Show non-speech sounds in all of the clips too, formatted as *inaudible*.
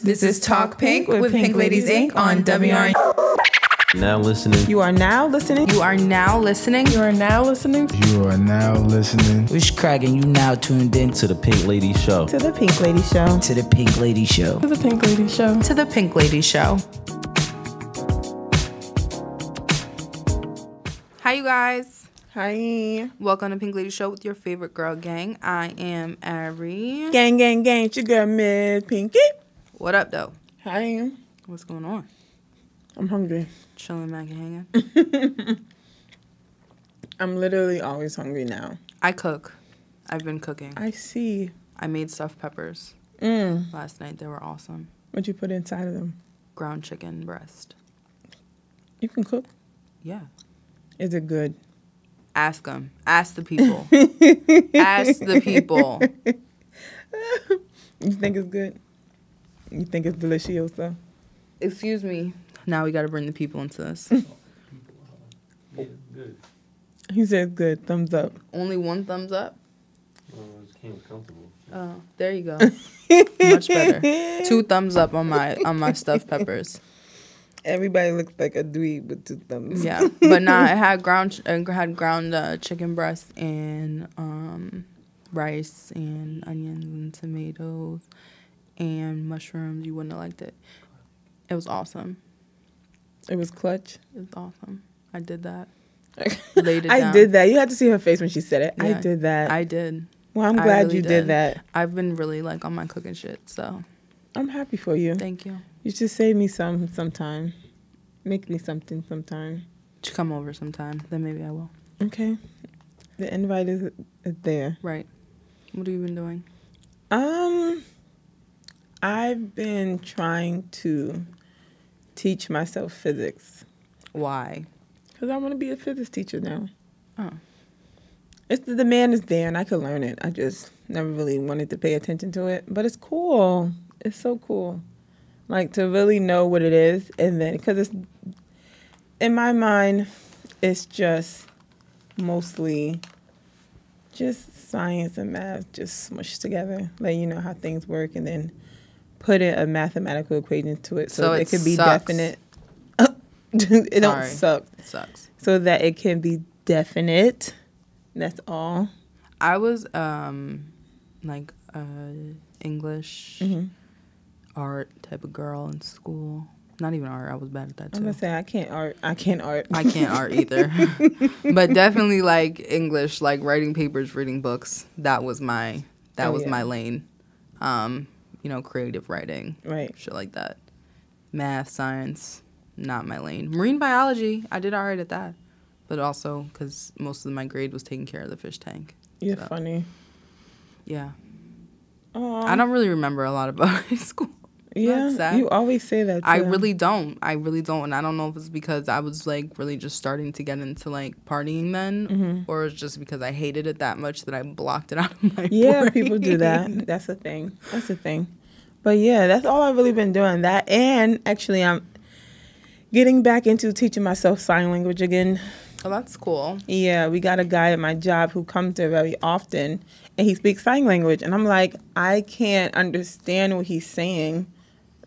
This is Talk Pink with Pink Ladies Inc. on WRN. Now listening. You are now listening. You are now listening. You are now listening to You are now listening. Rich Craig and you now tuned in to to the Pink Lady Show. the Pink Lady Show. to the Pink Lady Show. To the Pink Lady Show. To the Pink Lady Show. Hi, you guys. Hi. Welcome to Pink Lady Show with your favorite girl gang. I am Ari. Gang, gang, gang. It's your girl, Miss Pinky. What up, though? Hi. What's going on? I'm hungry. Chilling, Mac, and hanging. I'm literally always hungry now. I cook. I've been cooking. I see. I made stuffed peppers Mm. last night. They were awesome. What you put inside of them? Ground chicken breast. You can cook. Yeah. Is it good? Ask them. Ask the *laughs* people. Ask the people. You think it's good? You think it's delicious though? Excuse me. Now we got to bring the people into this. He says good. Thumbs up. *laughs* Only one thumbs up. Oh, there you *laughs* go. Much better. Two thumbs up on my on my stuffed peppers. *laughs* Everybody looks like a dweeb with two thumbs. Yeah, but nah, it had ground ch- uh, had ground uh, chicken breast and um, rice and onions and tomatoes and mushrooms. You wouldn't have liked it. It was awesome. It was clutch. It was awesome. I did *laughs* that. Laid it I down. did that. You had to see her face when she said it. I Yeah. did that. I did. well, I'm I glad really you did. did. that. I've been really like on my cooking shit. So I'm happy for you. thank you. You should save me some sometime. Make me something sometime. Just come over sometime. Then maybe I will. Okay. The invite is, is there. Right. What have you been doing? Um, I've been trying to teach myself physics Why? because I want to be a physics teacher now. Oh. It's the demand is there, and I could learn it. I just never really wanted to pay attention to it, but it's cool. It's so cool, like to really know what it is, and then because it's in my mind, it's just mostly just science and math just smushed together, letting you know how things work, and then put in a mathematical equation to it so, So it, it can be sucks. definite. *laughs* it don't Sorry. suck It sucks. so that it can be definite. That's all. I was um like uh English Mm-hmm. art type of girl in school. Not even art, I was bad at that I'm too. gonna say I can't art. I can't art. I can't art either. but definitely like English, like writing papers, reading books. That was my that Oh, was yeah. my lane. Um, you know, creative writing. *laughs* Right. Shit like that. Math, science, not my lane. Marine biology, I did all right at that. But also because most of my grade was taking care of the fish tank. You're So, funny. Yeah. Oh, I don't really remember a lot about *laughs* high school. Yeah, that's sad. you always say that. I too. really *laughs* don't. I really don't. And I don't know if it's because I was like really just starting to get into like partying then Mm-hmm. or it's just because I hated it that much that I blocked it out of my Yeah, people *laughs* brain. do that. That's a thing. That's a thing. But yeah, that's all I've really been doing. That and actually, I'm getting back into teaching myself sign language again. Oh, that's cool. Yeah, we got a guy at my job who comes there very often and he speaks sign language. And I'm like, I can't understand what he's saying,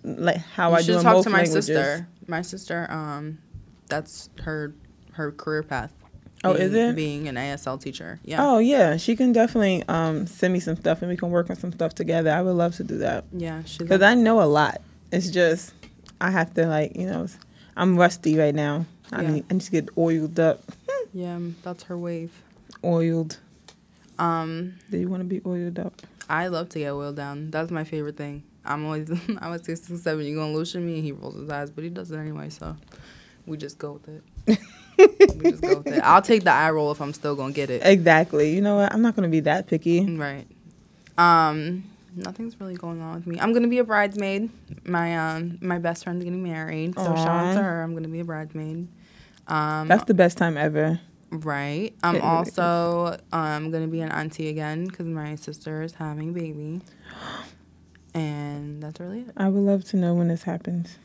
like how you I do should in talk most to my languages. sister. My sister, um, that's her her career path. Oh, is being- it? Being an ASL teacher. Yeah. Oh, yeah, she can definitely um, send me some stuff and we can work on some stuff together. I would love to do that Yeah. She's because like- I know a lot. It's just, I have to, like, you know, I'm rusty right now. I, Yeah. need, I need to get oiled up. *laughs* yeah, that's her wave. Oiled. Um, Do you want to be oiled up? I love to get oiled down. That's my favorite thing. I'm always *laughs* I was six and seven. You gonna lotion me? And he rolls his eyes, but he does it anyway. So we just go with it. *laughs* we just go with it. I'll take the eye roll if I'm still gonna get it. Exactly. You know what? I'm not going to be that picky. Right. Um. Nothing's really going on with me. I'm gonna be a bridesmaid. My um my best friend's getting married, so shout out to Aw. her. I'm gonna be a bridesmaid. Um, That's the best time ever. right. I'm It really is. also um gonna be an auntie again because my sister is having a baby, and that's really it. I would love to know when this happens.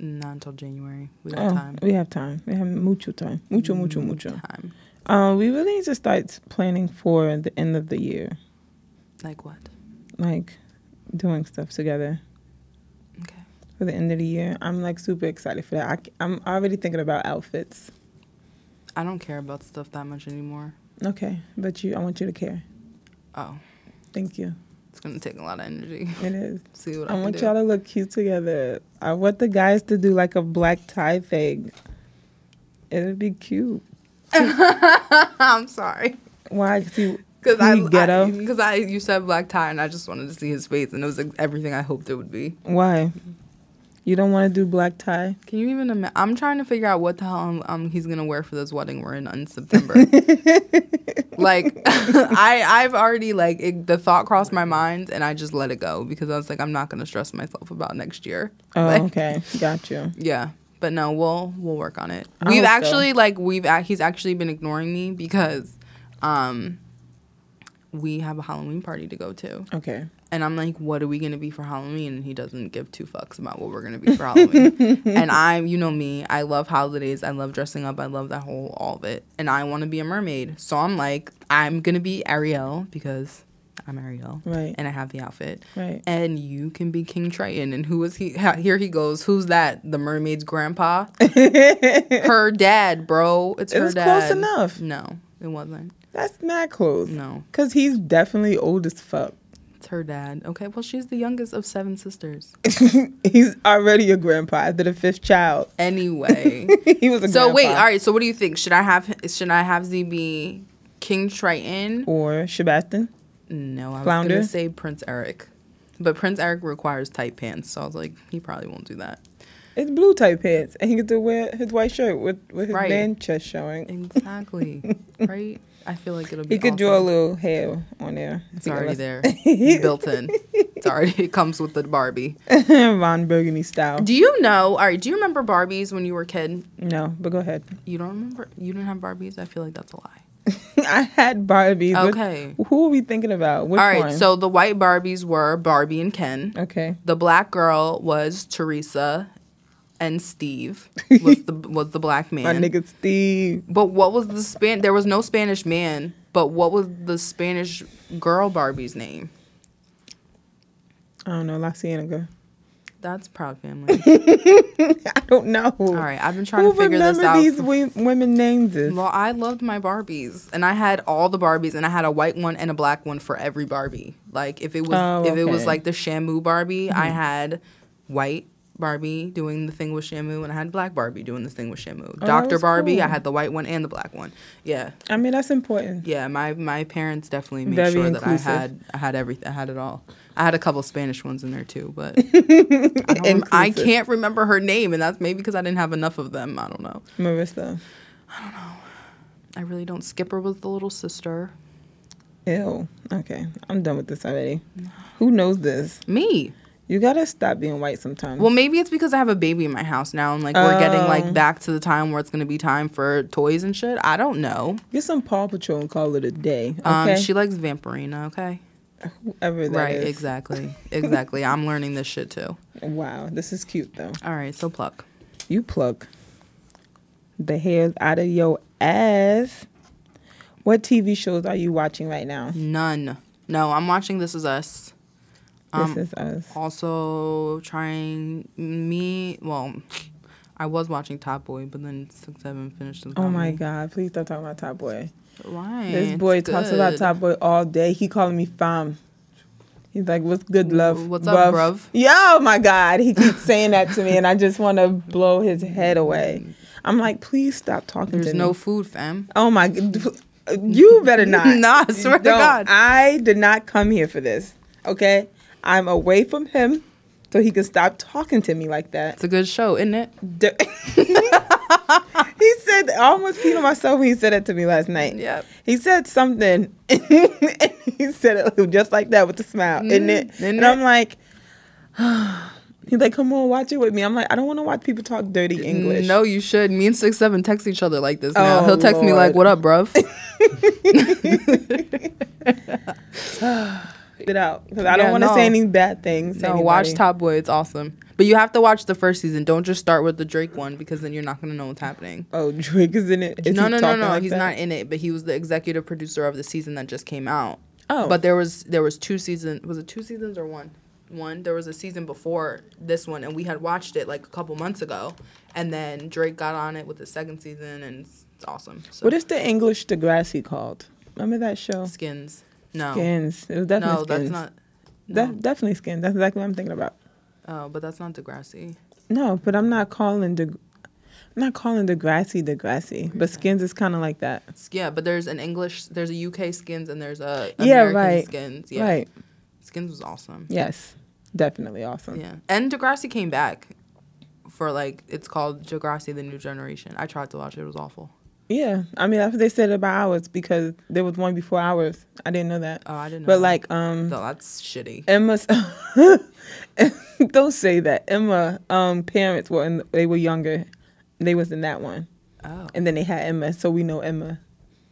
Oh, Not until January. We got time. Mm, we have time. We have mucho time. Mucho, mucho, mucho. Time. Um, we really need to start planning for the end of the year, Like what? like doing stuff together. Okay. for the end of the year. I'm like super excited for that. I, am already thinking about outfits. I don't care about stuff that much anymore. Okay, but you, I want you to care. Oh, Thank you. it's gonna take a lot of energy. *laughs* It is. See what I, I can want do. y'all to look cute together. I want the guys to do like a black tie thing. It would be cute. *laughs* I'm sorry. Why? See, Because I, you ghetto. because I, you said black tie, and I just wanted to see his face, and it was like, everything I hoped it would be. Why? You don't want to do black tie? Can you even? Ima- I'm trying to figure out what the hell um, um, he's gonna wear for this wedding we're in in *laughs* September. like, *laughs* I, I've already like it, the thought crossed my mind, and I just let it go because I was like, I'm not gonna stress myself about next year. Oh, Like, *laughs* okay. Got you. Yeah. But no, we'll we'll work on it. I we've hope so. actually like we've ac- he's actually been ignoring me because um we have a Halloween party to go to. Okay. And I'm like, what are we gonna be for Halloween? And he doesn't give two fucks about what we're gonna be for *laughs* Halloween. and I'm, you know me, I love holidays. I love dressing up. I love that whole all of it. And I want to be a mermaid. So I'm like, I'm gonna be Ariel because I'm Ariel, Right. And I have the outfit, Right. And you can be King Triton. And who is he? Ha- Here he goes. Who's that? The mermaid's *laughs* grandpa. her dad, bro. It's It her was close dad. enough. No, it wasn't. That's not close. No. Because he's definitely old as fuck. *laughs* It's her dad. Okay, well, she's the youngest of seven sisters. he's already a grandpa after the fifth child. *laughs* Anyway. he was a so wait, all grandpa. right. So what do you think? Should I have should I have ZB King Triton? Or Sebastian. No, I was Flounder? gonna say Prince Eric, but Prince Eric requires tight pants, so I was like, he probably won't do that. It's blue tight pants, and he gets to wear his white shirt with, with his Right. man chest showing. *laughs* Exactly, right? I feel like it'll be. He could draw a awesome. little hair on there. It's already there, It's built in. It's already. It comes with the Barbie. *laughs* Ron Burgundy style. Do you know? All right. Do you remember Barbies when you were a kid? no, but go ahead. *laughs* You don't remember? You didn't have Barbies? I feel like that's a lie. I had Barbies. What- Okay. who are we thinking about? Which all right. one? So the white Barbies were Barbie and Ken. okay. The black girl was Teresa, and *laughs* Steve was the was the black My man. nigga Steve. But what was the span? There was no Spanish man. But what was the Spanish girl Barbie's name? I don't know, La Cienega. That's Proud *laughs* Family. I don't know. All right, I've been trying Who to figure this remember out. these we- women names? Is? well, I loved my Barbies, and I had all the Barbies, and I had a white one and a black one for every Barbie. Like if it was Oh, if it was okay. Mm-hmm. like the Shamu Barbie, I had white Barbie doing the thing with Shamu, and I had black Barbie doing this thing with Shamu. that Doctor was Barbie, I Oh, cool. had the white one and the black one. Yeah, I mean, that's important. yeah. My my parents definitely made Very sure that inclusive. I had I had everything. I had it all. I had a couple Spanish ones in there too, *laughs* but I, don't rem- I Inclusive. can't remember her name, and that's maybe because I didn't have enough of them. I don't know. Marissa. I really don't. Skipper was the little sister. Ew. Okay. I'm done with this already. Who knows this? Me. You gotta stop being white sometimes. Well, maybe it's because I have a baby in my house now, and like we're getting Oh. like back to the time where it's gonna be time for toys and shit. I don't know. Get some Paw Patrol and call it a day. Okay. Um, she likes Vampirina. Okay. Whoever that right. is. Exactly. exactly. I'm learning this shit too. Wow. This is cute though. All right. So pluck. You pluck the hairs out of your ass. What TV shows are you watching right now? None. No. I'm watching This Is Us. Um, this is us. also trying me. Well, I was watching Top Boy, but then Six Seven finished. Oh my god! Please stop talking about Top Boy. Why? This It's boy talks about good. Top Boy all day. He calling me fam. He's like, "What's good, love? What's up, bruv?" Yeah, oh my God, he keeps saying that to me, and I just want to blow his head away. I'm like, please stop talking to There's me. no food, fam. Oh my, g- you better *laughs* not. Nah, I swear to Don't. God. I did not come here for this. Okay, I'm away from him, so he can stop talking to me like that. It's a good show, isn't it? D- *laughs* he said, I almost peed on myself when he said that to me last night. Yep. He said something, *laughs* and he said it just like that with a smile, isn't it? Mm-hmm. isn't and I'm like, *sighs* he's like, come on, watch it with me. I'm like, I don't want to watch people talk dirty English. No, you should. Me and six seven text each other like this now. Oh, He'll text me like, "What Lord. up, *laughs* bruv?" it out because I don't Yeah, want to no. say any bad things. to no, watch anybody. Top Boy. It's awesome. But you have to watch the first season. Don't just start with the Drake one because then you're not gonna know what's happening. Oh, *laughs* Drake is in it. Is no, he no, no, talking no. like He's that? not in it, but he was the executive producer of the season that just came out. Oh. But there was there was two seasons. Was it two seasons or one? one. There was a season before this one, and we had watched it like a couple months ago. And then Drake got on it with the second season, and it's it's awesome. So What is the English Degrassi called? Remember that show? Skins? No, Skins. It was no, definitely that's Skins. not. Def- no. Definitely Skins. That's exactly what I'm thinking about. Oh, but that's not Degrassi. No, but I'm not calling the. I'm not calling Degrassi Degrassi, but Skins is kind of like that. S- Yeah, but there's an English, there's a UK Skins, and there's a American Yeah, right. Skins. Yeah, Right. Skins was awesome. Yes. Definitely awesome. Yeah, and Degrassi came back for like it's called Degrassi: The New Generation. I tried to watch it; it was awful. Yeah, I mean that's what they said about ours because there was one before ours. I didn't know that. Oh, I didn't. know but that. like, um, no, that's shitty. Emma's. *laughs* don't say that. Emma, um, parents were in, they were younger. They was in that one, Oh, and then they had Emma, so we know Emma.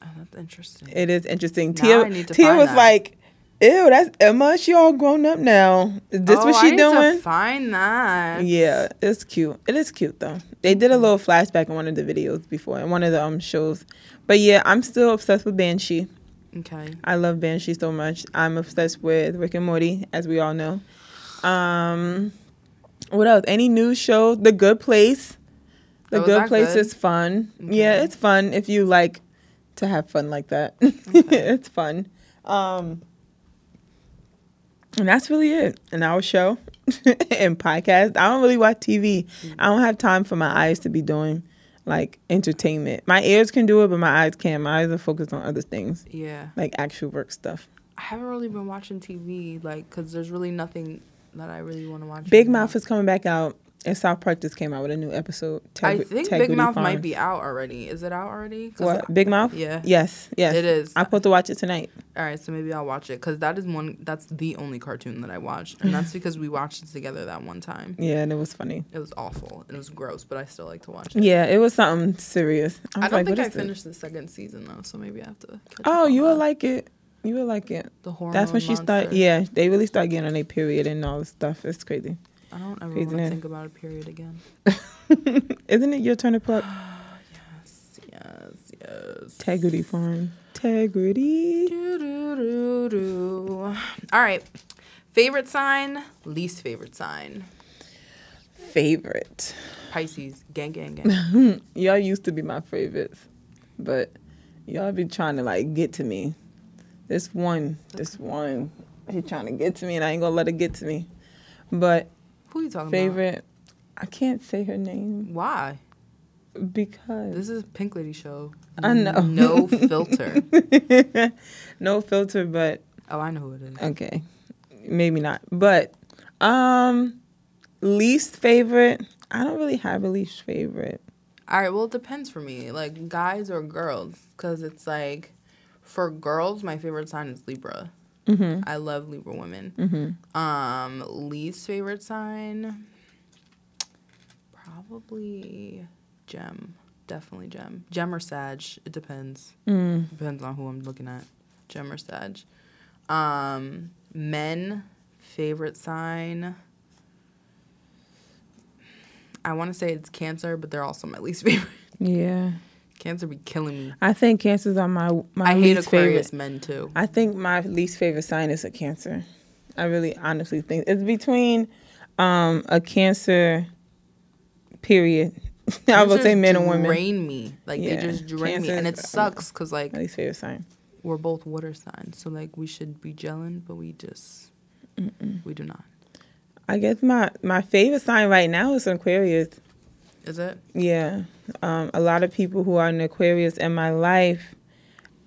oh that's interesting. It is interesting. Now Tia, I need to Tia find was that. like, "Ew, that's Emma. She all grown up now. Is this oh, what I she need doing?" To find that. Yeah, it's cute. It is cute though. They did a little flashback in one of the videos before in one of the um shows. But yeah, I'm still obsessed with Banshee. Okay. I love Banshee so much. I'm obsessed with Rick and Morty, as we all know. Um, what else? Any new show? The Good Place. The Oh, is Good that Place good? is fun. Okay. Yeah, it's fun if you like to have fun like that. *laughs* it's fun. Um, and that's really it. And our show *laughs* and podcast. I don't really watch TV. Mm-hmm. I don't have time for my eyes to be doing like entertainment. My ears can do it, but my eyes can't. My eyes are focused on other things Yeah, like actual work stuff. I haven't really been watching TV like because there's really nothing that I really want to watch. Big right now. Mouth is coming back out, and South Park just came out with a new episode. I Tag- think Tag Big Booty Mouth Farm. might be out already. Is it out already? 'Cause What Big Mouth? Yeah. Yes. Yes. It is. I'm supposed to watch it tonight. All right, so maybe I'll watch it because that is one. That's the only cartoon that I watched, and that's because we watched it together that one time. Yeah, and it was funny. It was awful. It was gross, but I still like to watch it. Yeah, it was something serious. I was don't like, think what I is this? finished the second season though, so maybe I have to. catch up Oh, on you that. will like it. You will like it. the horror. That's when she start. Yeah, they really start getting on their period and all this stuff. It's crazy. I don't ever want to Craziness. think about a period again. Isn't it your turn to plug? Yes, yes. Integrity Farm. Integrity. Do, do, do, do. All right. Favorite sign, least favorite sign. Favorite. Pisces, gang, gang, gang. *laughs* Y'all used to be my favorites, but y'all be trying to like get to me. This one, this one, he trying to get to me, and I ain't gonna let it get to me. But Who you talking about? favorite, I can't say her name Why? because *laughs* This is Pink Lady Show. I know. *laughs* No filter. no filter. But Oh, I know who it is. okay, maybe not. But um, least favorite, I don't really have a least favorite. All right, well, it depends for me. Like, guys or girls? Because it's like, for girls, my favorite sign is Libra. Mm-hmm. I love Libra women. Um, least favorite sign? Probably Gem. Definitely Gem. Gem or Sag. It depends. Mm. Depends on who I'm looking at. Gem or Sag. Um, men, favorite sign? I want to say it's Cancer, but they're also my least *laughs* favorite. Yeah, Cancer be killing me. I think cancers are my my I hate least favorite. Aquarius men too. I think my least favorite sign is a cancer. I really honestly think it's between um a cancer period. *laughs* I will Cancers say men and women. drain me. Like Yeah, they just drain me, and it Cancers, uh, sucks because like My least favorite sign. we're both water signs, so like we should be gelling, but we just we do not. I guess my my favorite sign right now is Aquarius. Is it? Yeah. Um a lot of people who are in Aquarius in my life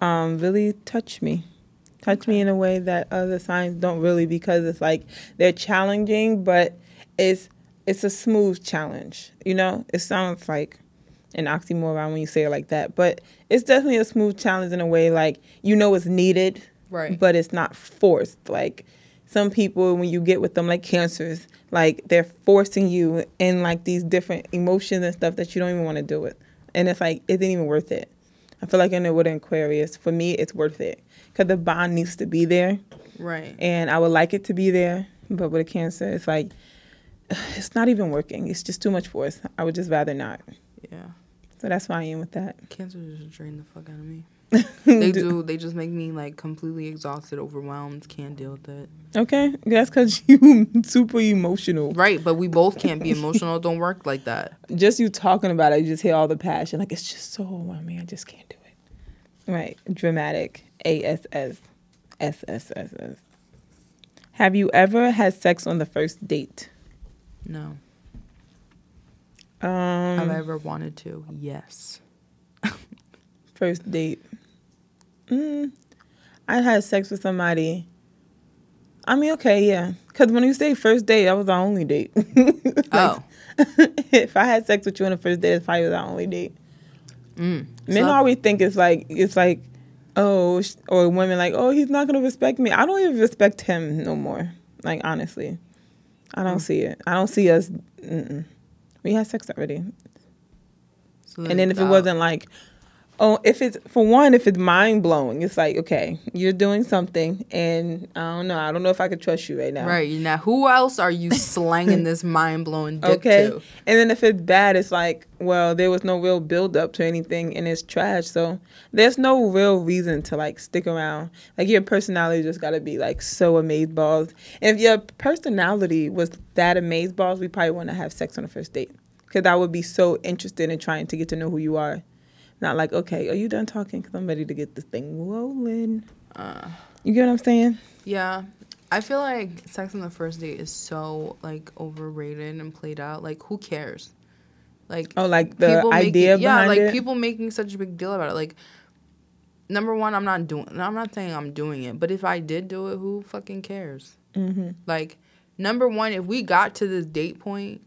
um really touch me. Touch me in a way that other signs don't really because it's like they're challenging but it's it's a smooth challenge. You know? It sounds like an oxymoron when you say it like that. But it's definitely a smooth challenge in a way like you know it's needed. Right. But it's not forced. Like some people when you get with them like cancers, like they're forcing you in like these different emotions and stuff that you don't even want to deal with. And it's like it isn't even worth it. I feel like I know what an Aquarius. For me, it's worth it because the bond needs to be there, Right. and I would like it to be there. But with a Cancer, it's like *sighs* it's not even working. It's just too much for us. I would just rather not. yeah. So that's why I am with that. *laughs* Cancer just drain the fuck out of me. they do. They just make me like completely exhausted, overwhelmed, can't deal with it. Okay, that's because *laughs* you super emotional. Right, but we both can't *laughs* be emotional. Don't work like that. Just you talking about it, you just hear all the passion. Like it's just so overwhelming. I just can't do it. Right, dramatic. A S S S S S S. Have you ever had sex on the first date? No, I've Um, ever wanted to. Yes. first date. Mm, I had sex with somebody. I mean, okay, yeah. Because when you say first date, that was our only date. *laughs* Like, Oh, *laughs* if I had sex with you on the first date, it's probably our only date. mm. Men So- always think it's like it's like, oh, sh- or women like, oh, he's not gonna respect me. I don't even respect him no more. Like honestly, I Mm. don't see it. I don't see us. Mm-mm. We had sex already, so and then if it uh, wasn't like, oh, if it's for one, if it's mind blowing, it's like okay, you're doing something, and I don't know. I don't know if I could trust you right now. right now, who else are *laughs* you slanging this mind blowing dick Okay. to? And then if it's bad, it's like, well, there was no real build up to anything and it's trash. So there's no real reason to like stick around. Like your personality just gotta be like so amazed balls. And if your personality was that amazed balls, we probably wouldn't have sex on the first date. Cause I would be so interested in trying to get to know who you are. Not like, okay, are you done talking? Cause I'm ready to get this thing rolling. Uh. you get what I'm saying? Yeah. I feel like sex on the first date is so like overrated and played out. Like who cares? Like Oh, like the making- idea yeah, behind like it? people making such a big deal about it. Like number one, I'm not doing. I'm not saying I'm doing it, but if I did do it, who fucking cares? Mm-hmm. Like number one, if we got to this date point,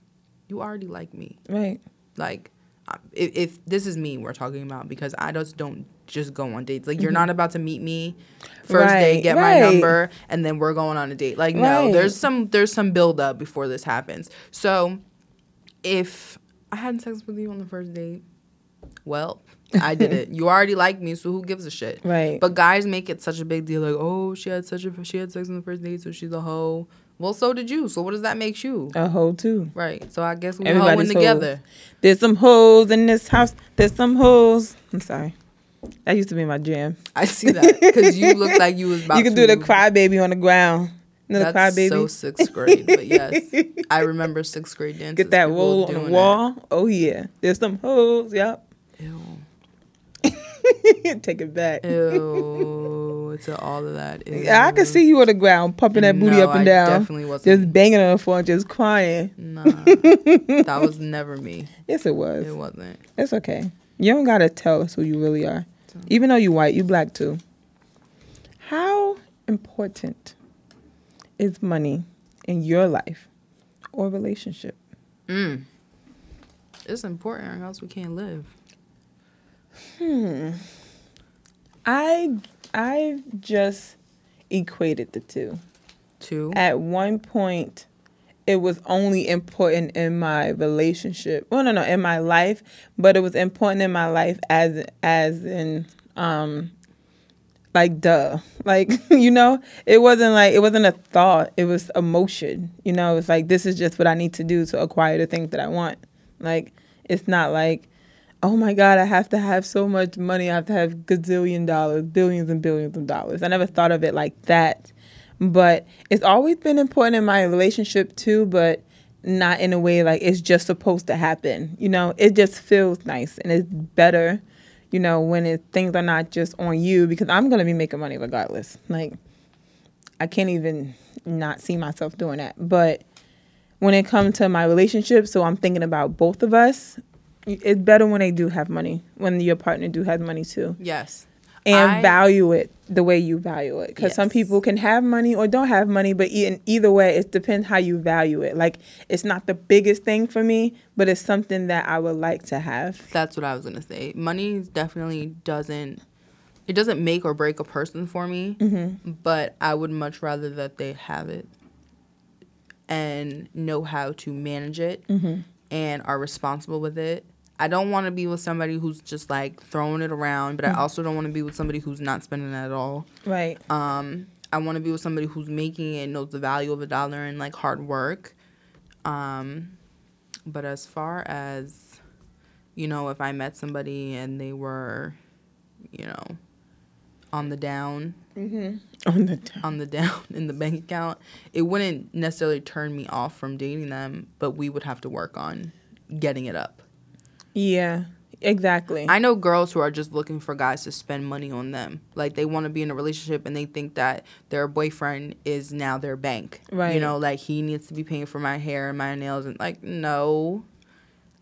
you already like me. Right. Like I- if, if this is me we're talking about because I just don't just go on dates. Like you're not about to meet me first day, Mm-hmm. Right, get my right. number, and then we're going on a date. Like no, Right. there's some there's some build up before this happens. So if I had sex with you on the first date, well, I did *laughs* it. You already like me, so who gives a shit? Right. But guys make it such a big deal, like, oh, she had such a she had sex on the first date, so she's a hoe. Well, so did you. So what does that make you? A hoe too. Right. So I guess we're hoeing Uh, Everybody's together. hoes. There's some hoes in this house. There's some hoes. I'm sorry. That used to be my jam. I see that because you look like you was about. *laughs* you can to, do the crybaby on the ground. You know the That's crybaby? so sixth grade, *laughs* but yes, I remember sixth grade dances. Get that people roll on the doing that. wall. Oh, yeah. There's some hoes. Yep. Ew, *laughs* Take it back. ew, *laughs* to all of that. Ew. Yeah, I could see you on the ground pumping that booty No, up and I down. definitely wasn't. Just banging on the floor, just crying. *laughs* nah, that was never me. Yes, it was. It wasn't. It's okay. You don't gotta tell us who you really are. Even though you white, you black too. How important is money in your life or relationship? Mm. It's important, or else we can't live. I I just equated the two. Two. At one point, it was only important in my relationship. Well, no, no, in my life, but it was important in my life as as in um like duh. *laughs* Like, you know, it wasn't like it wasn't a thought, it was emotion. You know, it's like this is just what I need to do to acquire the things that I want. Like, it's not like Oh my God, I have to have so much money. I have to have gazillion dollars, billions and billions of dollars. I never thought of it like that but it's always been important in my relationship too but not in a way like it's just supposed to happen you know it just feels nice and it's better you know when it, things are not just on you because i'm going to be making money regardless like i can't even not see myself doing that but when it comes to my relationship so i'm thinking about both of us it's better when they do have money when your partner do have money too Yes. and I- value it the way you value it. Because some Yes. people can have money or don't have money, but in either way, it depends how you value it. Like it's not the biggest thing for me, but it's something that I would like to have. That's what I was gonna say. Money definitely doesn't. It doesn't make or break a person for me, but I would much rather that they have it and know how to manage it and are responsible with it. I don't want to be with somebody who's just like throwing it around, but I also don't want to be with somebody who's not spending it at all. Right. Um, I want to be with somebody who's making it, knows the value of a dollar and like hard work. Um, but as far as you know, if I met somebody and they were, you know, on the down Mm-hmm. on the t- on the down *laughs* in the bank account, it wouldn't necessarily turn me off from dating them, but we would have to work on getting it up. yeah exactly I know girls who are just looking for guys to spend money on them. Like they want to be in a relationship and they think that their boyfriend is now their bank. You Right. know, like he needs to be paying for my hair and my nails and like no.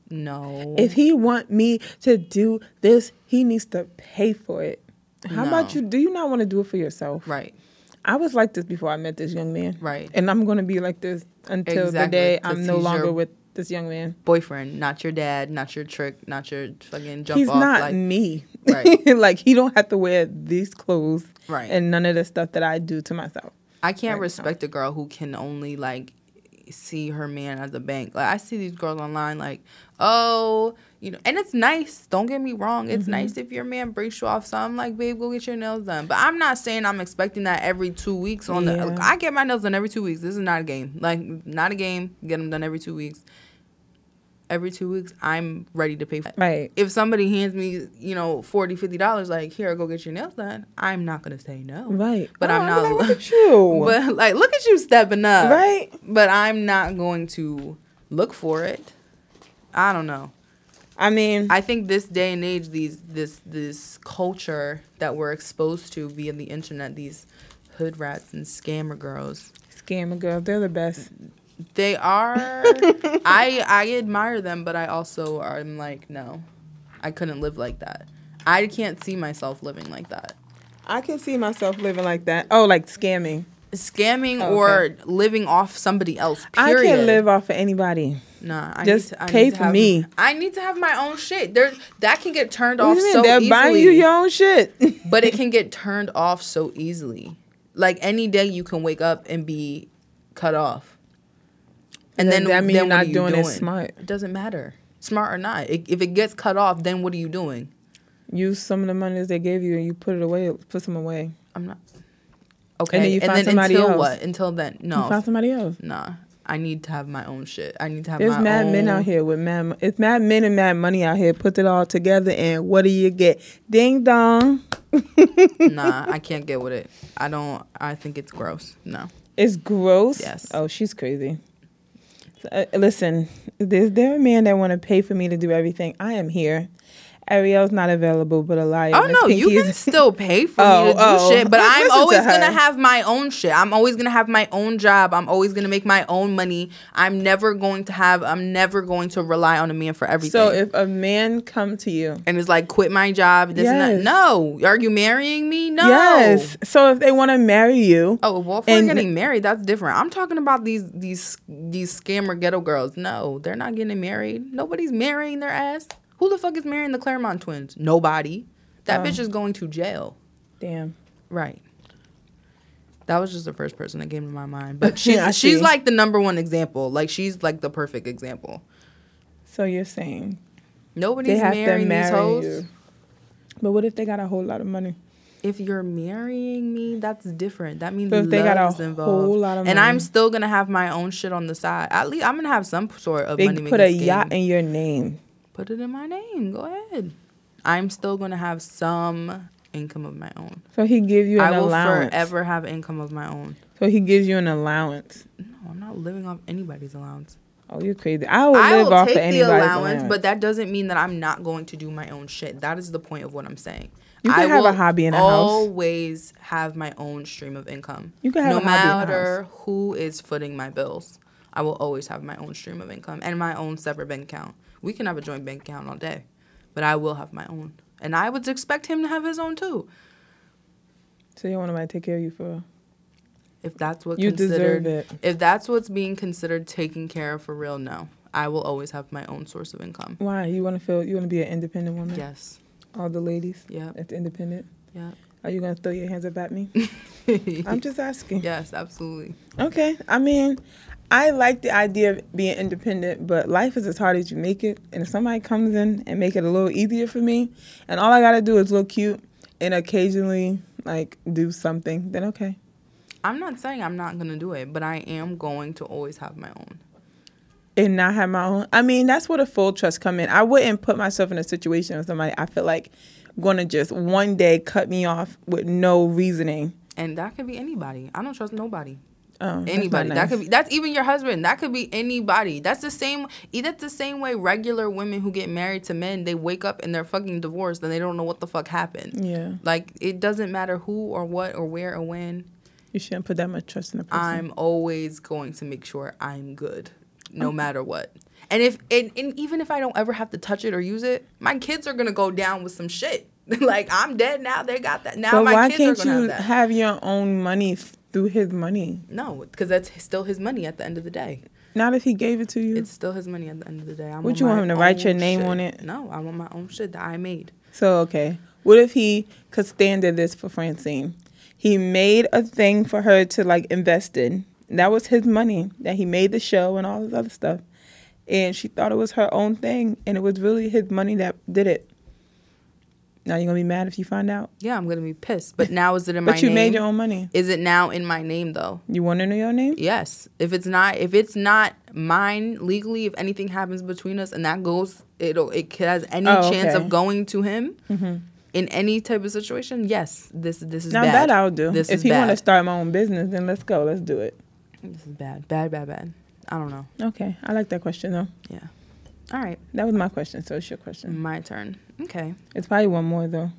No. if he want me to do this he needs to pay for it how about No. you do you not want to do it for yourself right. i was like this before i met this young man Right. and i'm going to be like this until the Exactly, day 'cause i'm no he's longer your- with this young man Boyfriend, not your dad, not your trick, not your fucking jump he's off not like me Right. *laughs* like he don't have to wear these clothes Right. and none of the stuff that i do to myself I can't Right. respect a girl who can only like see her man at the bank. Like I see these girls online, like oh, you know, and it's nice. Don't get me wrong, Mm-hmm. it's nice if your man breaks you off. So I'm like, babe, go get your nails done. But I'm not saying I'm expecting that every two weeks. On Yeah. the, like, I get my nails done every two weeks. This is not a game. Like not a game. Get them done every two weeks. Every two weeks, I'm ready to pay for. it. right If somebody hands me, you know, 40 dollars, like here, go get your nails done. I'm not gonna say no. right But I'm Oh, not. like, look at you *laughs* But uh, like, look at you stepping up, Right? But I'm not going to look for it. I don't know. i mean I think this day and age, these this this culture that we're exposed to via the internet, these hood rats and scammer girls, scammer girl they're the best they *laughs* are. I I admire them, but I also am like, no, I couldn't live like that. I can't see myself living like that. i can see myself living like that oh like scamming Scamming Oh, Okay. or living off somebody else. Period. i can't live off of anybody Nah, I Just need to, I pay need to for have- me. I need to have my own shit. There, that can get turned What off do you mean? so they're easily. buying you your own shit *laughs* but it can get turned off so easily. Like any day, you can wake up and be cut off. And Then then, that mean then you're what not are you doing doing it smart. It doesn't matter, smart or not. It, if it gets cut off, then what are you doing? use some of the monies they gave you and you put it away put some away I'm not. Okay, And then you find somebody until else. what? Until then, you no, find somebody else nah. I need to have my own shit. I need to have there's my mad own. men *laughs* out here with mad. mo- It's mad men and mad money out here. Put it all together, and what do you get? Ding dong. nah, I can't get with it. I don't. I think it's gross. No. It's gross. Yes. Oh, she's crazy. So, uh, listen, there's there a man that want to pay for me to do everything. I am here. Ariel's not available, but a liar. Oh Miss no, you Pinky can is- still *laughs* pay for Oh, me to do oh. shit, but Let's I'm listen to always her. gonna have my own shit. I'm always gonna have my own job. I'm always gonna make my own money. I'm never going to have. I'm never going to rely on a man for everything. *laughs* So if a man come to you, and it's like quit my job. This Yes. and that. No, are you marrying me? No. yes. So if they want to marry you, Oh well, if we're And- getting married, that's different. I'm talking about these these these scammer ghetto girls. No, they're not getting married. Nobody's marrying their ass. Who the fuck is marrying the Claremont twins? Nobody. Oh. That bitch is going to jail. damn. Right. That was just the first person that came to my mind. *laughs* But she's I see. she's like the number one example. Like she's like the perfect example. So you're saying Nobody's they have to marrying these marry hoes. you. But what if they got a whole lot of money? If you're marrying me, that's different. That means But if love they got is a involved. whole lot of and money. I'm still gonna have my own shit on the side. At least I'm gonna have some sort of They money making put a yacht scheme. in your name. Put it in my name. Go ahead. I'm still gonna have some income of my own. So he give you an I will allowance. forever have income of my own. So he gives you an allowance. No, I'm not living off anybody's allowance. Oh, you're crazy. I would I live will off of take the anybody's allowance, allowance, but that doesn't mean that I'm not going to do my own shit. That is the point of what I'm saying. You can I have a will hobby in a house. always have my own stream of income. You can have no a hobby in a matter who is footing my bills. I will always have my own stream of income and my own separate bank account. We can have a joint bank account all day, but I will have my own, and I would expect him to have his own too. so you don't want nobody to take care of you for. If that's what You considered, deserve it. if that's what's being considered taken care of for real, no. I will always have my own source of income. Why you want to feel? You want to be an independent woman? Yes. All the ladies. Yep. That's independent. Yeah. Are you gonna throw your hands up *laughs* at me? I'm just asking. Yes, absolutely. Okay. I mean, I like the idea of being independent, but life is as hard as you make it. And if somebody comes in and make it a little easier for me, and all I gotta do is look cute and occasionally like do something, then okay. I'm not saying I'm not gonna do it, but I am going to always have my own. and not have my own. I mean, that's where the full trust come in. I wouldn't put myself in a situation with somebody I feel like going to just one day cut me off with no reasoning. and that could be anybody. I don't trust nobody. Oh, that's not anybody nice. that could be that's even your husband that could be anybody that's the same e, that's the same way regular women who get married to men they wake up and they're fucking divorced and they don't know what the fuck happened Yeah, like it doesn't matter who or what or where or when you shouldn't put that much trust in a person. i'm always going to make sure i'm good no matter what and if and, and even if i don't ever have to touch it or use it my kids are gonna go down with some shit *laughs* like i'm dead now they got that now but my why kids can't are gonna you have that have your own money f- through his money? no because that's still his money at the end of the day Not if he gave it to you. It's still his money at the end of the day. I Hmm. Would want you want my him to write your own name shit. on it? No, I want my own shit that I made. So okay, what if he? Cause Stan did this for Francine. He made a thing for her to like invest in. That was his money that he made the show and all this other stuff. And she thought it was her own thing, and it was really his money that did it. Now you're gonna be mad if you find out. Yeah, I'm gonna be pissed. But now is it in my But you name? made your own money. Is it now in my name though? You want to know your name? Yes. If it's not, if it's not mine legally, if anything happens between us and that goes, it'll it has any Oh, chance okay. of going to him in any type of situation. Yes, this this is Mm-hmm. Now bad. that I'll do. This if is he bad. want to start my own business, then let's go. Let's do it. This is bad. Bad. Bad. Bad. I don't know. Okay, I like that question though. Yeah. All right, That was my question, so it's your question. my turn. Okay. It's probably one more though.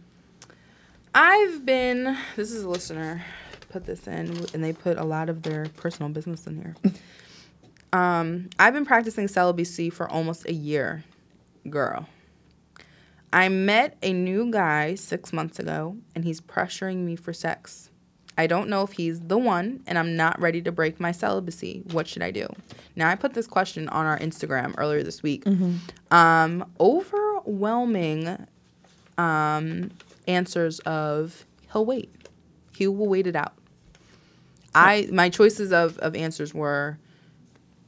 I've been, this is a listener, put this in, and they put a lot of their personal business in here. Um, I've been practicing celibacy for almost a year, girl. I met a new guy six months ago, and he's pressuring me for sex. I don't know if he's the one, and I'm not ready to break my celibacy. What should I do? Now, I put this question on our Instagram earlier this week. Um, overwhelming um, answers of he'll wait. He will wait it out. I my choices of of answers were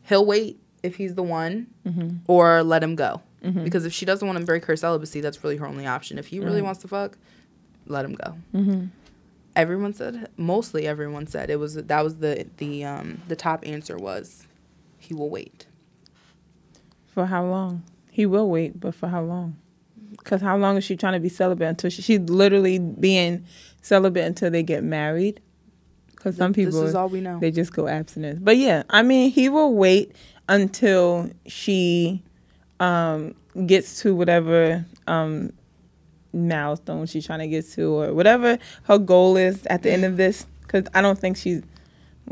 he'll wait if he's the one Mm-hmm. or let him go. Because if she doesn't want to break her celibacy, that's really her only option. If he really wants to fuck, let him go. Mm-hmm. Everyone said mostly everyone said it was that was the the um the top answer was he will wait. For how long? He will wait, but for how long? Because how long is she trying to be celibate until she, she's literally being celibate until they get married? Because some Th- this people is all we know. they just go abstinence. But yeah, I mean, he will wait until she um, gets to whatever um, milestone she's trying to get to, or whatever her goal is at the end of this. Because I don't think she's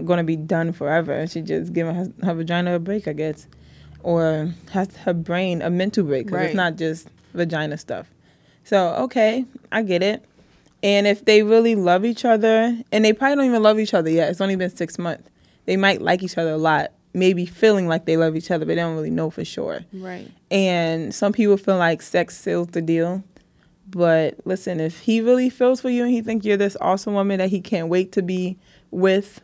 gonna be done forever. She just giving her, her vagina a break, I guess, or has her brain a mental break because Right. it's not just vagina stuff. So okay, I get it. And if they really love each other, and they probably don't even love each other yet, it's only been six months. They might like each other a lot, maybe feeling like they love each other, but they don't really know for sure. Right. And some people feel like sex seals the deal. But listen, if he really feels for you and he think you're this awesome woman that he can't wait to be with,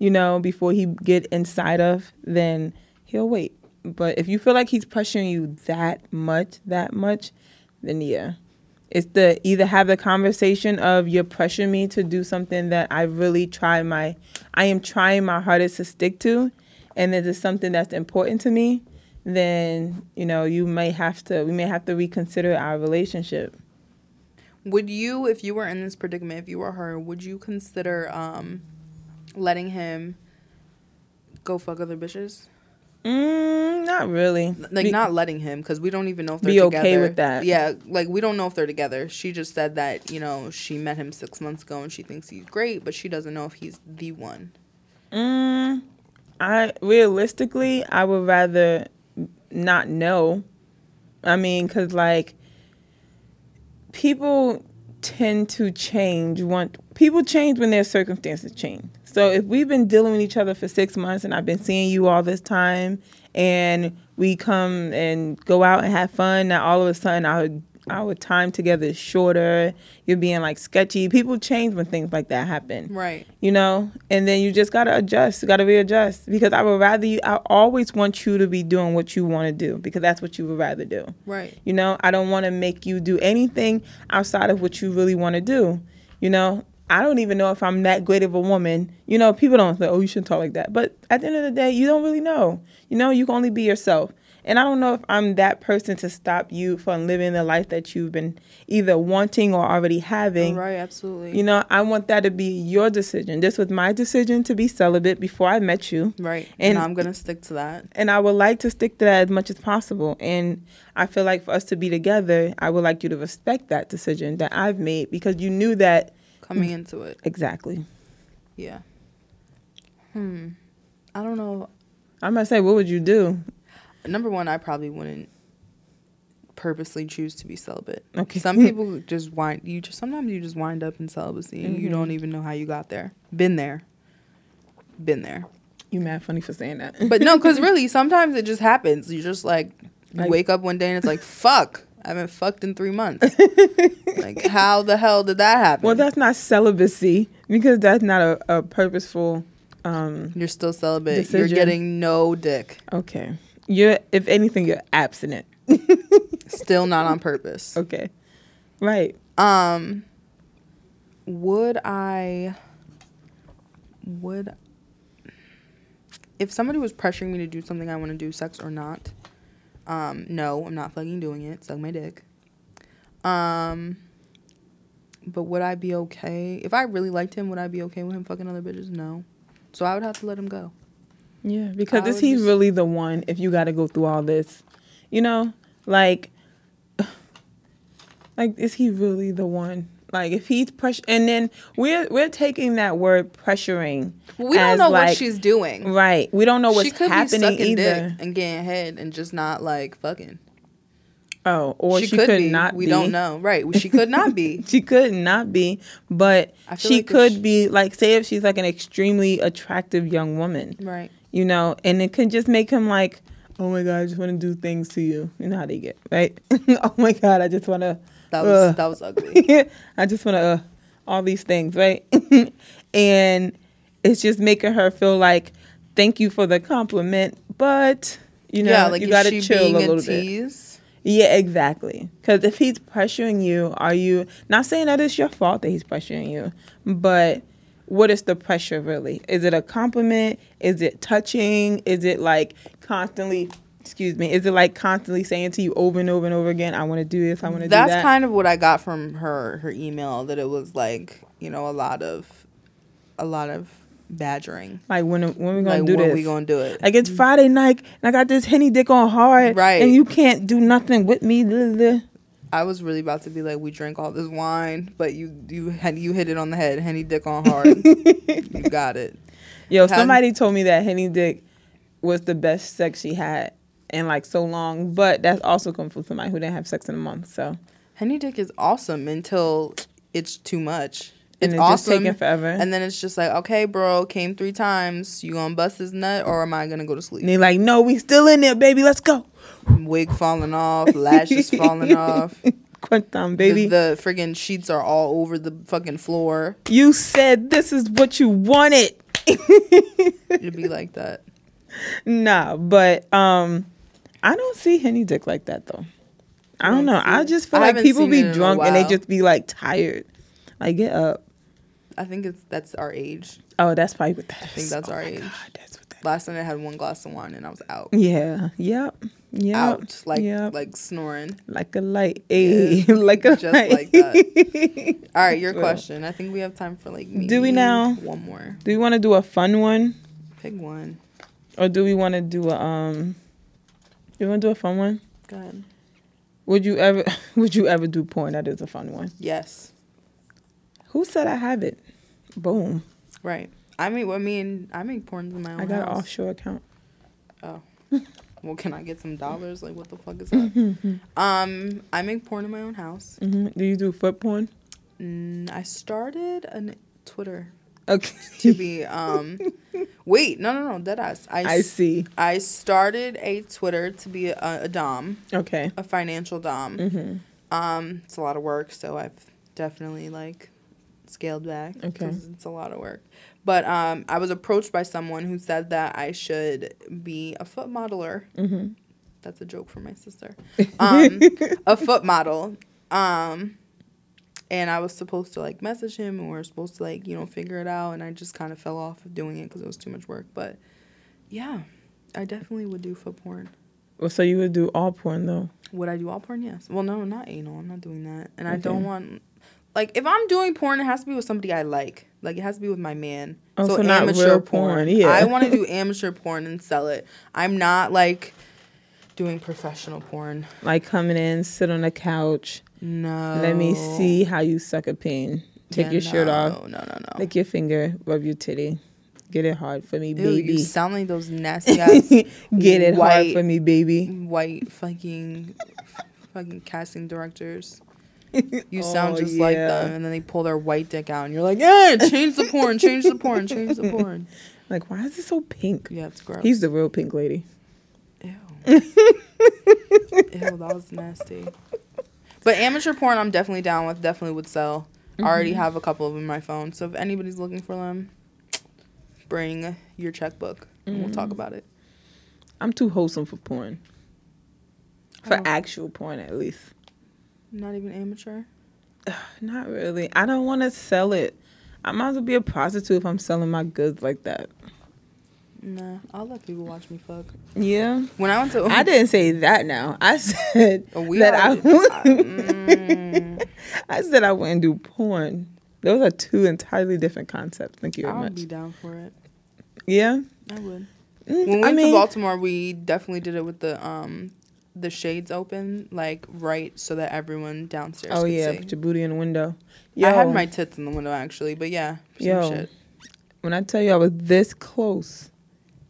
you know, before he get inside of, then he'll wait. But if you feel like he's pressuring you that much, that much, then yeah. It's the either have the conversation of you're pressuring me to do something that I really try my I am trying my hardest to stick to and this is something that's important to me, then you know, you may have to we may have to reconsider our relationship. Would you, if you were in this predicament, if you were her, would you consider um, letting him go fuck other bitches? Mm, not really. Like Be- not letting him because we don't even know if they're Be okay together. with that. Yeah, like we don't know if they're together. She just said that you know she met him six months ago and she thinks he's great, but she doesn't know if he's the one. Mm, I realistically, I would rather not know. I mean, cause like people tend to change. Want people change when their circumstances change. So if we've been dealing with each other for six months and I've been seeing you all this time, and we come and go out and have fun, now all of a sudden our our time together is shorter. You're being like sketchy. People change when things like that happen Right. you know and then you just gotta adjust you gotta readjust because i would rather you i always want you to be doing what you want to do because that's what you would rather do Right. you know i don't want to make you do anything outside of what you really want to do you know I don't even know if I'm that great of a woman. You know, people don't say, oh, you shouldn't talk like that. But at the end of the day, you don't really know. You know, you can only be yourself. And I don't know if I'm that person to stop you from living the life that you've been either wanting or already having. Right, absolutely. You know, I want that to be your decision. This was my decision to be celibate before I met you. right. and- And, I'm gonna stick to that. And I would like to stick to that as much as possible. And I feel like for us to be together, I would like you to respect that decision that I've made because you knew that Coming Mm. into it. exactly. Yeah. Hmm. I don't know. I'm gonna say, what would you do? Number one, I probably wouldn't purposely choose to be celibate. Okay. *laughs* Some people just wind you just sometimes you just wind up in celibacy and you Mm-hmm. don't even know how you got there. Been there. Been there. You mad funny for saying that. But no, because really, sometimes it just happens. You just like, you Like- wake up one day and *laughs* it's like, fuck, I haven't fucked in three months. like, how the hell did that happen? *laughs* well, that's not celibacy because that's not a, a purposeful. Um, You're still celibate. Decision. You're getting no dick. okay, you're if anything, you're abstinent. Still not on purpose. Okay, right. Um, would I, would, if somebody was pressuring me to do something I want to do, sex or not, um, no, I'm not fucking doing it. Suck my dick. Um, but would I be okay if I really liked him? Would I be okay with him fucking other bitches? No. So I would have to let him go. Yeah, because I is would he just- really the one if you got to go through all this? You know, like, *sighs* like is he really the one? Like, if he's pressure, and then we're we're taking that word pressuring. we don't as, know what like- she's doing. Right, we don't know what's she could be happening sucking either. dick and getting head and just not like fucking. Oh, or she, could, be. not. We be. don't know. Right? She could not be. *laughs* She could not be, but I feel she like if could she- be like say if she's like an extremely attractive young woman, right. you know, and it can just make him like, oh my god, I just want to do things to you. You know how they get, right? *laughs* oh my god, I just want to. That was Ugh. *laughs* that was ugly. I just want to uh, all these things, right? *laughs* and it's just making her feel like, thank you for the compliment, but you know, yeah, like you is got to she chill being a little bit. tease? Yeah, exactly. Because if he's pressuring you, are you not saying that it's your fault that he's pressuring you? But what is the pressure really? Is it a compliment? Is it touching? Is it like constantly? Excuse me. Is it like constantly saying to you over and over and over again, "I want to do this. I want to do that." That's kind of what I got from her her email that it was like you know a lot of a lot of badgering. like when when we gonna like do when this? we gonna do it? like it's Friday night and I got this henny dick on hard, Right. And you can't do nothing with me. Blah, blah. I was really about to be like we drank all this wine, but you you had you hit it on the head. Henny dick on hard. *laughs* you got it. Yo, Had- somebody told me that Henny Dick was the best sex she had in like so long, but that's also come from somebody who didn't have sex in a month. So Henny dick is awesome until it's too much. And It's it just awesome. taking forever. And then it's just like, okay, bro, came three times. You gonna bust his nut or am I gonna go to and sleep? they like, no, we still in there, baby. Let's go. Wig falling off, *laughs* lashes falling off. Crunch time, baby. The, the friggin' sheets are all over the fucking floor. you said this is what you wanted. It'd be like that. Nah, but um, I don't see Henny Dick like that though. I don't don't know. see I it. just feel I like haven't people seen be it in a drunk and they while. just be like tired. Like get up. I think it's that's our age. Oh, that's probably what that is. think that's oh our my age. God, that's what that Last night I had one glass of wine and I was out. Yeah. Yep. Yep. Out. Like yep. like snoring. like a light. Ayy. *laughs* like a just light. like that. All right, your Well. question. I think we have time for like maybe Do we now? one more. *laughs* do we want to do a fun one Pick one. or do we want to do a um? You want to do a fun one? Go ahead. Would you ever? *laughs* Would you ever do porn? That is a fun one. Yes. Who said I have it? Boom. Right. I mean, well, I mean, I make porns in my own I got an house. offshore account. Well, can I get some dollars? Like, what the fuck is that? um, I make porn in my own house. hmm Do you do foot porn? Mm, I started a Twitter Okay. *laughs* to be. Um, wait, no, no, no, dead ass. I, I s- see. I started a Twitter to be a, a dom, Okay. a financial dom. Mm-hmm. Um, it's a lot of work, so I've definitely like scaled back Okay. because it's a lot of work. But um, I was approached by someone who said that I should be a foot modeler. Mm-hmm. *laughs* That's a joke for my sister. Um, a foot model. Um, and I was supposed to like message him and we were supposed to like you know figure it out and I just kind of fell off of doing it because it was too much work but yeah I definitely would do foot porn Well, so you would do all porn though. would I do all porn yes well no not anal I'm not doing that and I Okay. don't want like if I'm doing porn it has to be with somebody I like like it has to be with my man Oh, so not real porn, yeah. I *laughs* want to do amateur porn and sell it I'm not like doing professional porn Like coming in, sit on the couch. no Let me see how you suck a pin. Oh. Take Yeah, your shirt off. no no no no Lick your finger. Rub your titty. Get it hard for me, Ew, You *laughs* baby. sound like those *laughs* nasty ass Get it hard white- for me, baby. white fucking fucking casting directors. *laughs* You sound Oh, just like yeah. them, and then they pull their white dick out, and you're like, "Yeah, change the porn, change the porn, change the *laughs* porn." Like, why is it so pink? Yeah, it's gross. He's the real pink lady. *laughs* Ew. Ew, that was nasty. But amateur porn, I'm definitely down with. Definitely would sell. I already Mm-hmm. have a couple of them in my phone, so if anybody's looking for them, bring your checkbook, and we'll Mm. talk about it. I'm too wholesome for porn. For Oh. actual porn, at least. Not even amateur. Not really. I don't want to sell it. I might as well be a prostitute if I'm selling my goods like that. Nah, I'll let people watch me fuck. Yeah. When I went to, I didn't say that now. I *laughs* said Oh, we Mm. that I, already- *laughs* wouldn't- *laughs* I said I wouldn't do porn. Those are two entirely different concepts. Thank you very I would much. be down for it. Yeah. I would. When Mm, we I went mean, to Baltimore, we definitely did it with the um, the shades open, like right, so that everyone downstairs. oh could yeah, see. put your booty in the window. I Yo, had my tits in the window actually, but yeah, some Yo. shit. when I tell you I was this close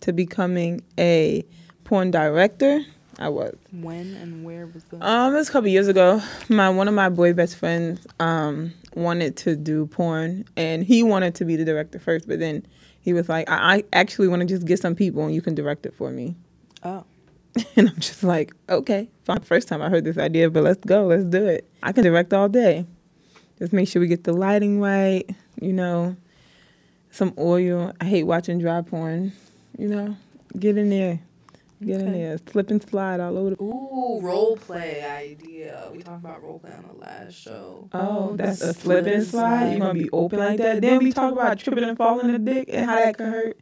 to becoming a porn director, I was. When and where was the? Um, it was a couple years ago. My one of my boy best friends um wanted to do porn, and he wanted to be the director first. But then he was like, "I, I actually want to just get some people, and you can direct it for me." oh, *laughs* And I'm just like, "Okay, fine." First time I heard this idea, but let's go, let's do it. I can direct all day. Just make sure we get the lighting right. You know, some oil. I hate watching dry porn. You know, get in there, get in Okay. there, slip and slide all over the. ooh, role play idea. We talked about role play on the last show. Oh, that's a slip slip and and slide. slide. You're gonna be open like that. Then we talk about tripping and falling in the dick and how that could hurt.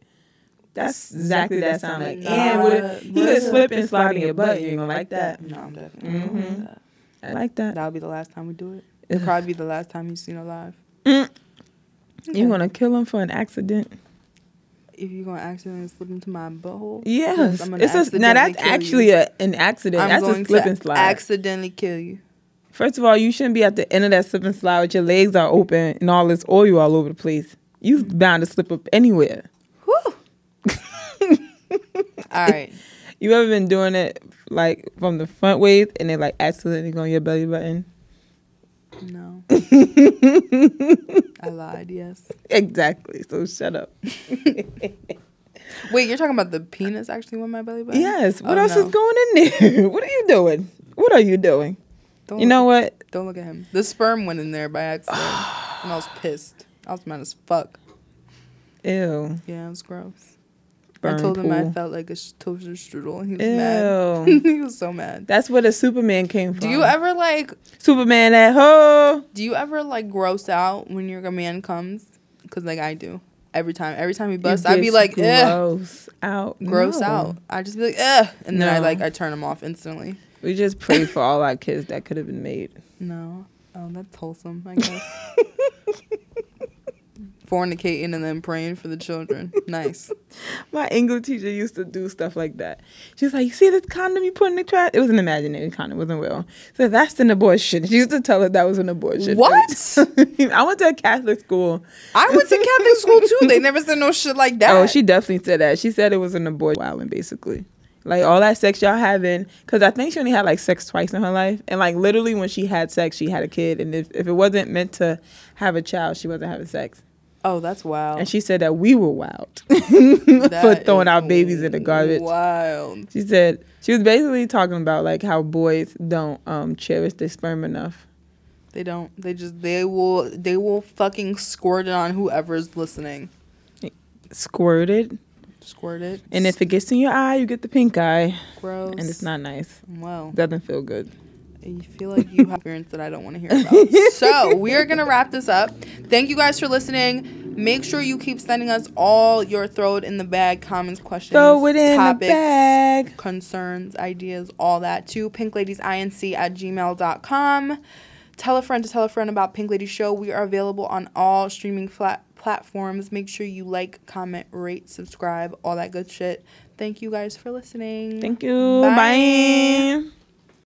That's exactly that sound like. Nah, And with it, he could listen. slip and slide in your butt. You ain't gonna like that. No, I'm definitely not going Mhm. with that. I like *laughs* that. That'll be the last time we do it. *sighs* It'll probably be the last time you seen her live. Mm. You wanna kill him for an accident? if you're gonna accidentally slip into my butthole, Yes. I'm gonna It's a, now that's accidentally kill actually you. a, an accident. I'm that's going a slip to and slide. accidentally kill you. First of all, you shouldn't be at the end of that slip and slide with your legs are open and all this oil all over the place. You Mm-hmm. bound to slip up anywhere. *laughs* Whew. All right, You ever been doing it like from the front waist and it like accidentally go on your belly button? *laughs* no, I lied. Yes. Exactly. So shut up. Wait, you're talking about the penis actually went my belly button? Yes. What Oh, else no. is going in there? *laughs* what are you doing? What are you doing? Don't You know look, what? Don't look at him. The sperm went in there by accident, and *sighs* I was pissed. I was mad as fuck. Ew. Yeah, it was gross. I Burn told him I pool. felt like a sh- toaster strudel, and he was Ew. mad. *laughs* he was so mad. That's where the Superman came from. Do you ever like Superman at home? Do you ever like gross out when your man comes? Cause like I do every time. Every time he You busts, I'd be get like, Ugh, gross out. gross No. out. I just be like, Ugh, and then I No. like I turn him off instantly. We just pray for all our kids that could have been made. No, oh that's wholesome, I *laughs* guess. Fornicating and then praying for the children. Nice. My English teacher used to do stuff like that. She was like, "You see this condom you put in the trash? It was an imaginary condom, it wasn't real. So that's an abortion." She used to tell us that was an abortion. What? *laughs* I went to a Catholic school. I went to Catholic school too. They never said no shit like that. Oh, she definitely said that. She said it was an abortion. Wilding basically, like all that sex y'all having, because I think she only had like sex twice in her life, and like literally when she had sex, she had a kid, and if, if it wasn't meant to have a child, she wasn't having sex. Oh, that's wild. And she said that we were wild *laughs* for That throwing is our babies in the garbage. Wild. She said she was basically talking about like how boys don't um cherish their sperm enough. They don't. They just they will they will fucking squirt it on whoever's listening. Squirt it, Squirt it. and if it gets in your eye, you get the pink eye, gross and it's not nice. well Doesn't feel good. I feel like you have experience that I don't want to hear *laughs* about. so we are gonna wrap this up. Thank you guys for listening. Make sure you keep sending us all your throw it in the bag comments, questions, Throw it in topics, the bag. concerns, ideas, all that to pinkladiesiinc at gmail.com. Tell a friend to tell a friend about Pink Lady Show. We are available on all streaming flat platforms. Make sure you like, comment, rate, subscribe, all that good shit. Thank you guys for listening. Thank you. Bye. Bye.